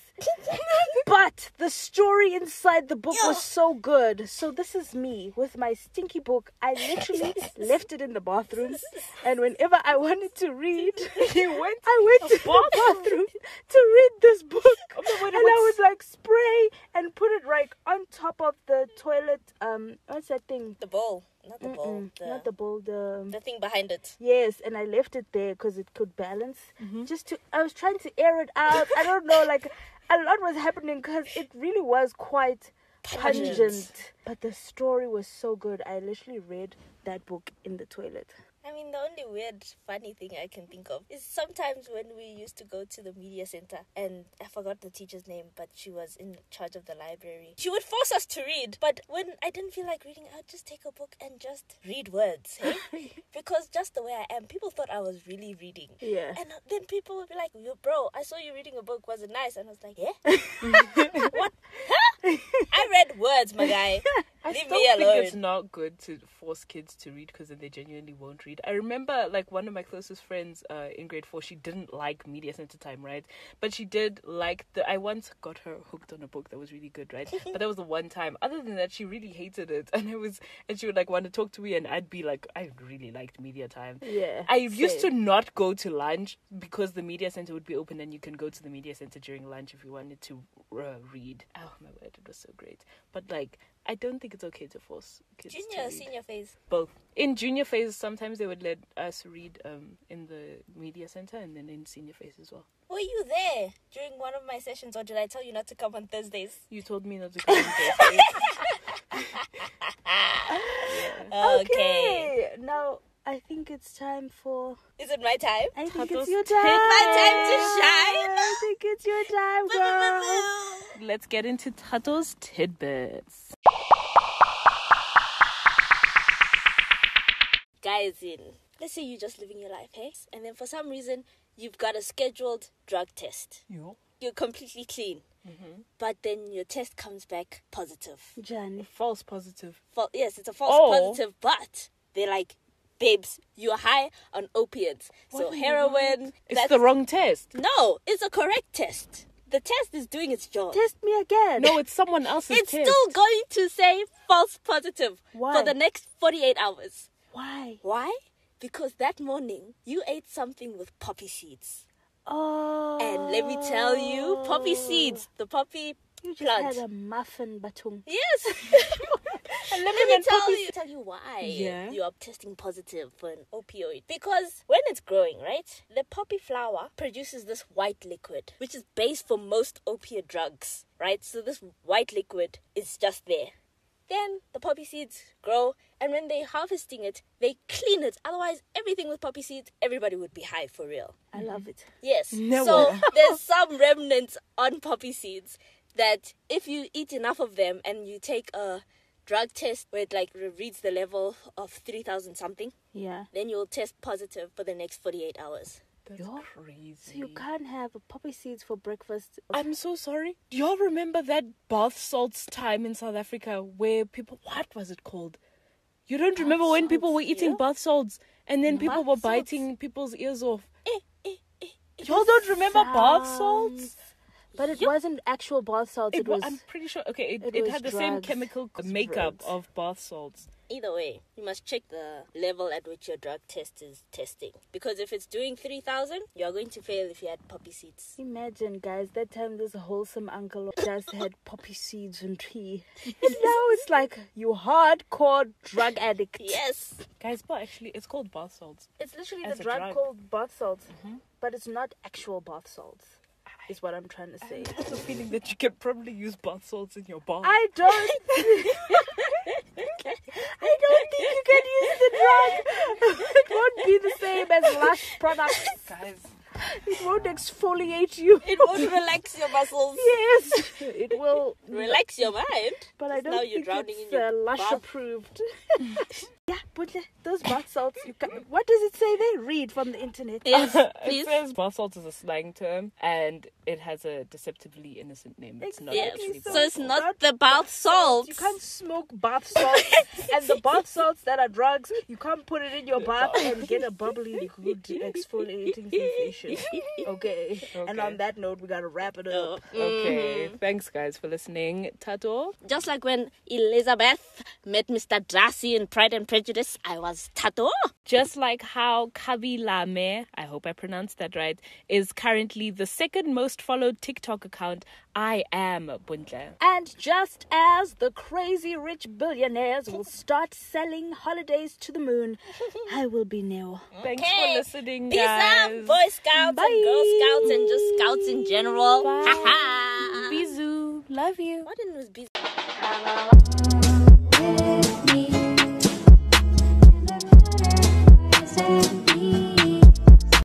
[SPEAKER 2] but the story inside the book was so good. So this is me with my stinky book. I literally left it in the bathroom, and whenever I wanted to read,
[SPEAKER 1] You went
[SPEAKER 2] I went to the bathroom to read this book,
[SPEAKER 1] my word,
[SPEAKER 2] and I
[SPEAKER 1] what's-
[SPEAKER 2] would like spray and put it right on top of the toilet. Um, what's that thing?
[SPEAKER 3] The bowl, not the bowl.
[SPEAKER 2] Mm,
[SPEAKER 3] The,
[SPEAKER 2] Not the bowl. The
[SPEAKER 3] the thing behind it.
[SPEAKER 2] Yes, and I left it there because it could balance. Just to, I was trying to air it out. I don't know, like a lot was happening because it really was quite pungent. But the story was so good. I literally read that book in the toilet.
[SPEAKER 3] I mean, the only weird, funny thing I can think of is sometimes when we used to go to the media center, and I forgot the teacher's name, but she was in charge of the library. She would force us to read, but when I didn't feel like reading, I'd just take a book and just read words. Hey? because just the way I am, people thought I was really reading.
[SPEAKER 2] Yeah.
[SPEAKER 3] And uh, then people would be like, "Yo, bro, I saw you reading a book. Was it nice? And I was like, yeah. what? Huh? I read words, my guy.
[SPEAKER 1] I
[SPEAKER 3] Leave
[SPEAKER 1] still
[SPEAKER 3] me
[SPEAKER 1] think
[SPEAKER 3] alone.
[SPEAKER 1] it's not good to force kids to read because then they genuinely won't read. I remember like one of my closest friends uh, in grade four. She didn't like media center time, right? But she did like the. I once got her hooked on a book that was really good, right? but that was the one time. Other than that, she really hated it, and it was and she would like want to talk to me, and I'd be like, I really liked media time.
[SPEAKER 2] Yeah,
[SPEAKER 1] I used to not go to lunch because the media center would be open and you can go to the media center during lunch if you wanted to uh, read. Oh my word, it was so great. But like, I don't think it's okay to force kids to
[SPEAKER 3] Junior,
[SPEAKER 1] read.
[SPEAKER 3] senior phase.
[SPEAKER 1] Both in junior phase, sometimes they would let us read um in the media center, and then in senior phase as well.
[SPEAKER 3] Were you there during one of my sessions, or did I tell you not to come on Thursdays?
[SPEAKER 1] You told me not to go. in there.
[SPEAKER 2] Okay. Now I think it's time for.
[SPEAKER 3] Is it my time?
[SPEAKER 2] I think
[SPEAKER 1] Tatos,
[SPEAKER 2] it's your
[SPEAKER 1] take
[SPEAKER 2] time.
[SPEAKER 1] my
[SPEAKER 3] time to shine.
[SPEAKER 2] I think it's your time, girl.
[SPEAKER 1] Let's get into Tato's tidbits.
[SPEAKER 3] Guys, in. Let's say you're just living your life, hey? And then for some reason, you've got a scheduled drug test.
[SPEAKER 1] You
[SPEAKER 3] You're completely clean.
[SPEAKER 1] Mm-hmm.
[SPEAKER 3] But then your test comes back positive.
[SPEAKER 2] Johnny.
[SPEAKER 1] false positive.
[SPEAKER 3] Fal- yes, it's a false
[SPEAKER 1] Oh.
[SPEAKER 3] positive, but they're like, babes, you're high on opiates. so heroin.
[SPEAKER 1] It's the wrong test.
[SPEAKER 3] No, it's a correct test. The test is doing its job.
[SPEAKER 2] Test me again.
[SPEAKER 1] No, it's someone else's
[SPEAKER 3] it's
[SPEAKER 1] test.
[SPEAKER 3] still going to say false positive
[SPEAKER 2] Why?
[SPEAKER 3] for the next 48 hours.
[SPEAKER 2] Why?
[SPEAKER 3] Why? because that morning you ate something with poppy seeds.
[SPEAKER 2] Oh.
[SPEAKER 3] And let me tell you, poppy seeds, the poppy
[SPEAKER 2] You just
[SPEAKER 3] plant.
[SPEAKER 2] had a muffin batung.
[SPEAKER 3] Yes.
[SPEAKER 2] And
[SPEAKER 3] Let me tell you, tell you why
[SPEAKER 1] Yeah.
[SPEAKER 3] you are testing positive for an opioid. Because when it's growing, right, the poppy flower produces this white liquid, which is base for most opiate drugs, right? So this white liquid is just there. Then the poppy seeds grow, and when they're harvesting it, they clean it. Otherwise, everything with poppy seeds, everybody would be high for real.
[SPEAKER 2] I love it.
[SPEAKER 3] Yes.
[SPEAKER 1] No
[SPEAKER 3] So
[SPEAKER 1] way.
[SPEAKER 3] there's some remnants on poppy seeds that if you eat enough of them and you take a drug test where it like re- reads the level of 3000 something,
[SPEAKER 2] Yeah.
[SPEAKER 3] then you'll test positive for the next 48 hours.
[SPEAKER 1] That's
[SPEAKER 2] Yo.
[SPEAKER 1] crazy.
[SPEAKER 2] So you can't have poppy seeds for breakfast.
[SPEAKER 1] I'm so sorry. Do y'all remember that bath salts time in South Africa where people what was it called? You don't remember when people were
[SPEAKER 3] salts,
[SPEAKER 1] eating
[SPEAKER 3] yeah.
[SPEAKER 1] bath salts and then people
[SPEAKER 2] Bath
[SPEAKER 1] were
[SPEAKER 2] salts.
[SPEAKER 1] biting people's ears off.
[SPEAKER 3] Eh, eh, eh.
[SPEAKER 1] Y'all don't remember bath salts?
[SPEAKER 2] Sounds- But it wasn't actual bath salts. It,
[SPEAKER 1] It, wa-
[SPEAKER 2] was.
[SPEAKER 1] I'm pretty sure. Okay, it,
[SPEAKER 2] it
[SPEAKER 1] it,
[SPEAKER 2] was
[SPEAKER 1] had the same
[SPEAKER 2] drugs.
[SPEAKER 1] chemical
[SPEAKER 2] It was
[SPEAKER 1] makeup
[SPEAKER 2] drugs.
[SPEAKER 1] of bath salts.
[SPEAKER 3] Either way, you must check the level at which your drug test is testing. Because if it's doing 3000, you are going to fail if you had poppy seeds.
[SPEAKER 2] Imagine, guys, that time this wholesome uncle just had poppy seeds and tea. And now it's like, you hardcore drug addict.
[SPEAKER 3] Yes.
[SPEAKER 1] Guys, but actually, it's called bath salts.
[SPEAKER 2] It's literally
[SPEAKER 1] As
[SPEAKER 2] the
[SPEAKER 1] a
[SPEAKER 2] drug,
[SPEAKER 1] drug.
[SPEAKER 2] called bath salts, but it's not actual bath salts, is what I'm trying to say.
[SPEAKER 1] I have a feeling that you can probably use bath salts in your bath.
[SPEAKER 2] I don't. I don't think you can use the drug. It won't be the same as lash products.
[SPEAKER 1] Guys,
[SPEAKER 2] It won't exfoliate you.
[SPEAKER 3] It won't relax your muscles.
[SPEAKER 2] Yes, it will.
[SPEAKER 3] Relax your mind.
[SPEAKER 2] But I
[SPEAKER 3] Because
[SPEAKER 2] don't
[SPEAKER 3] now
[SPEAKER 2] think
[SPEAKER 3] you're drowning
[SPEAKER 2] it's
[SPEAKER 3] in your
[SPEAKER 2] uh, lush
[SPEAKER 3] bath.
[SPEAKER 2] approved. yeah, but the- those bath salts. You can, what does it say? They read from the internet. Uh,
[SPEAKER 3] Yes,
[SPEAKER 1] it
[SPEAKER 3] please.
[SPEAKER 1] says bath salts is a slang term and it has a deceptively innocent name. It's not
[SPEAKER 3] Yeah,
[SPEAKER 1] actually
[SPEAKER 3] so
[SPEAKER 1] bath
[SPEAKER 3] it's
[SPEAKER 1] salts.
[SPEAKER 3] not the bath salts.
[SPEAKER 2] You can't smoke bath salts, and the bath salts that are drugs, you can't put it in your bath and get a bubbly, good, exfoliating sensation. Okay. And
[SPEAKER 1] Okay.
[SPEAKER 2] on that note, we gotta wrap it
[SPEAKER 3] No.
[SPEAKER 2] up.
[SPEAKER 1] Okay,
[SPEAKER 3] Mm-hmm.
[SPEAKER 1] thanks guys for listening. Tato,
[SPEAKER 3] Just like when Elizabeth met Mr. Darcy in Pride and Prejudice, I was Tato.
[SPEAKER 1] just like how Kabi Lame, I hope I pronounced that right, is currently the second most followed TikTok account, I am Bundle.
[SPEAKER 2] And just as the crazy rich billionaires will start selling holidays to the moon, I will be Neo.
[SPEAKER 1] Thanks for
[SPEAKER 3] Okay.
[SPEAKER 1] listening,
[SPEAKER 3] Peace out,
[SPEAKER 1] guys.
[SPEAKER 3] Boy Scouts
[SPEAKER 2] Bye.
[SPEAKER 3] and Girl Scouts and just Scouts in general.
[SPEAKER 1] Bye.
[SPEAKER 3] Ha ha.
[SPEAKER 1] Bisou, love you.
[SPEAKER 3] Martin was busy.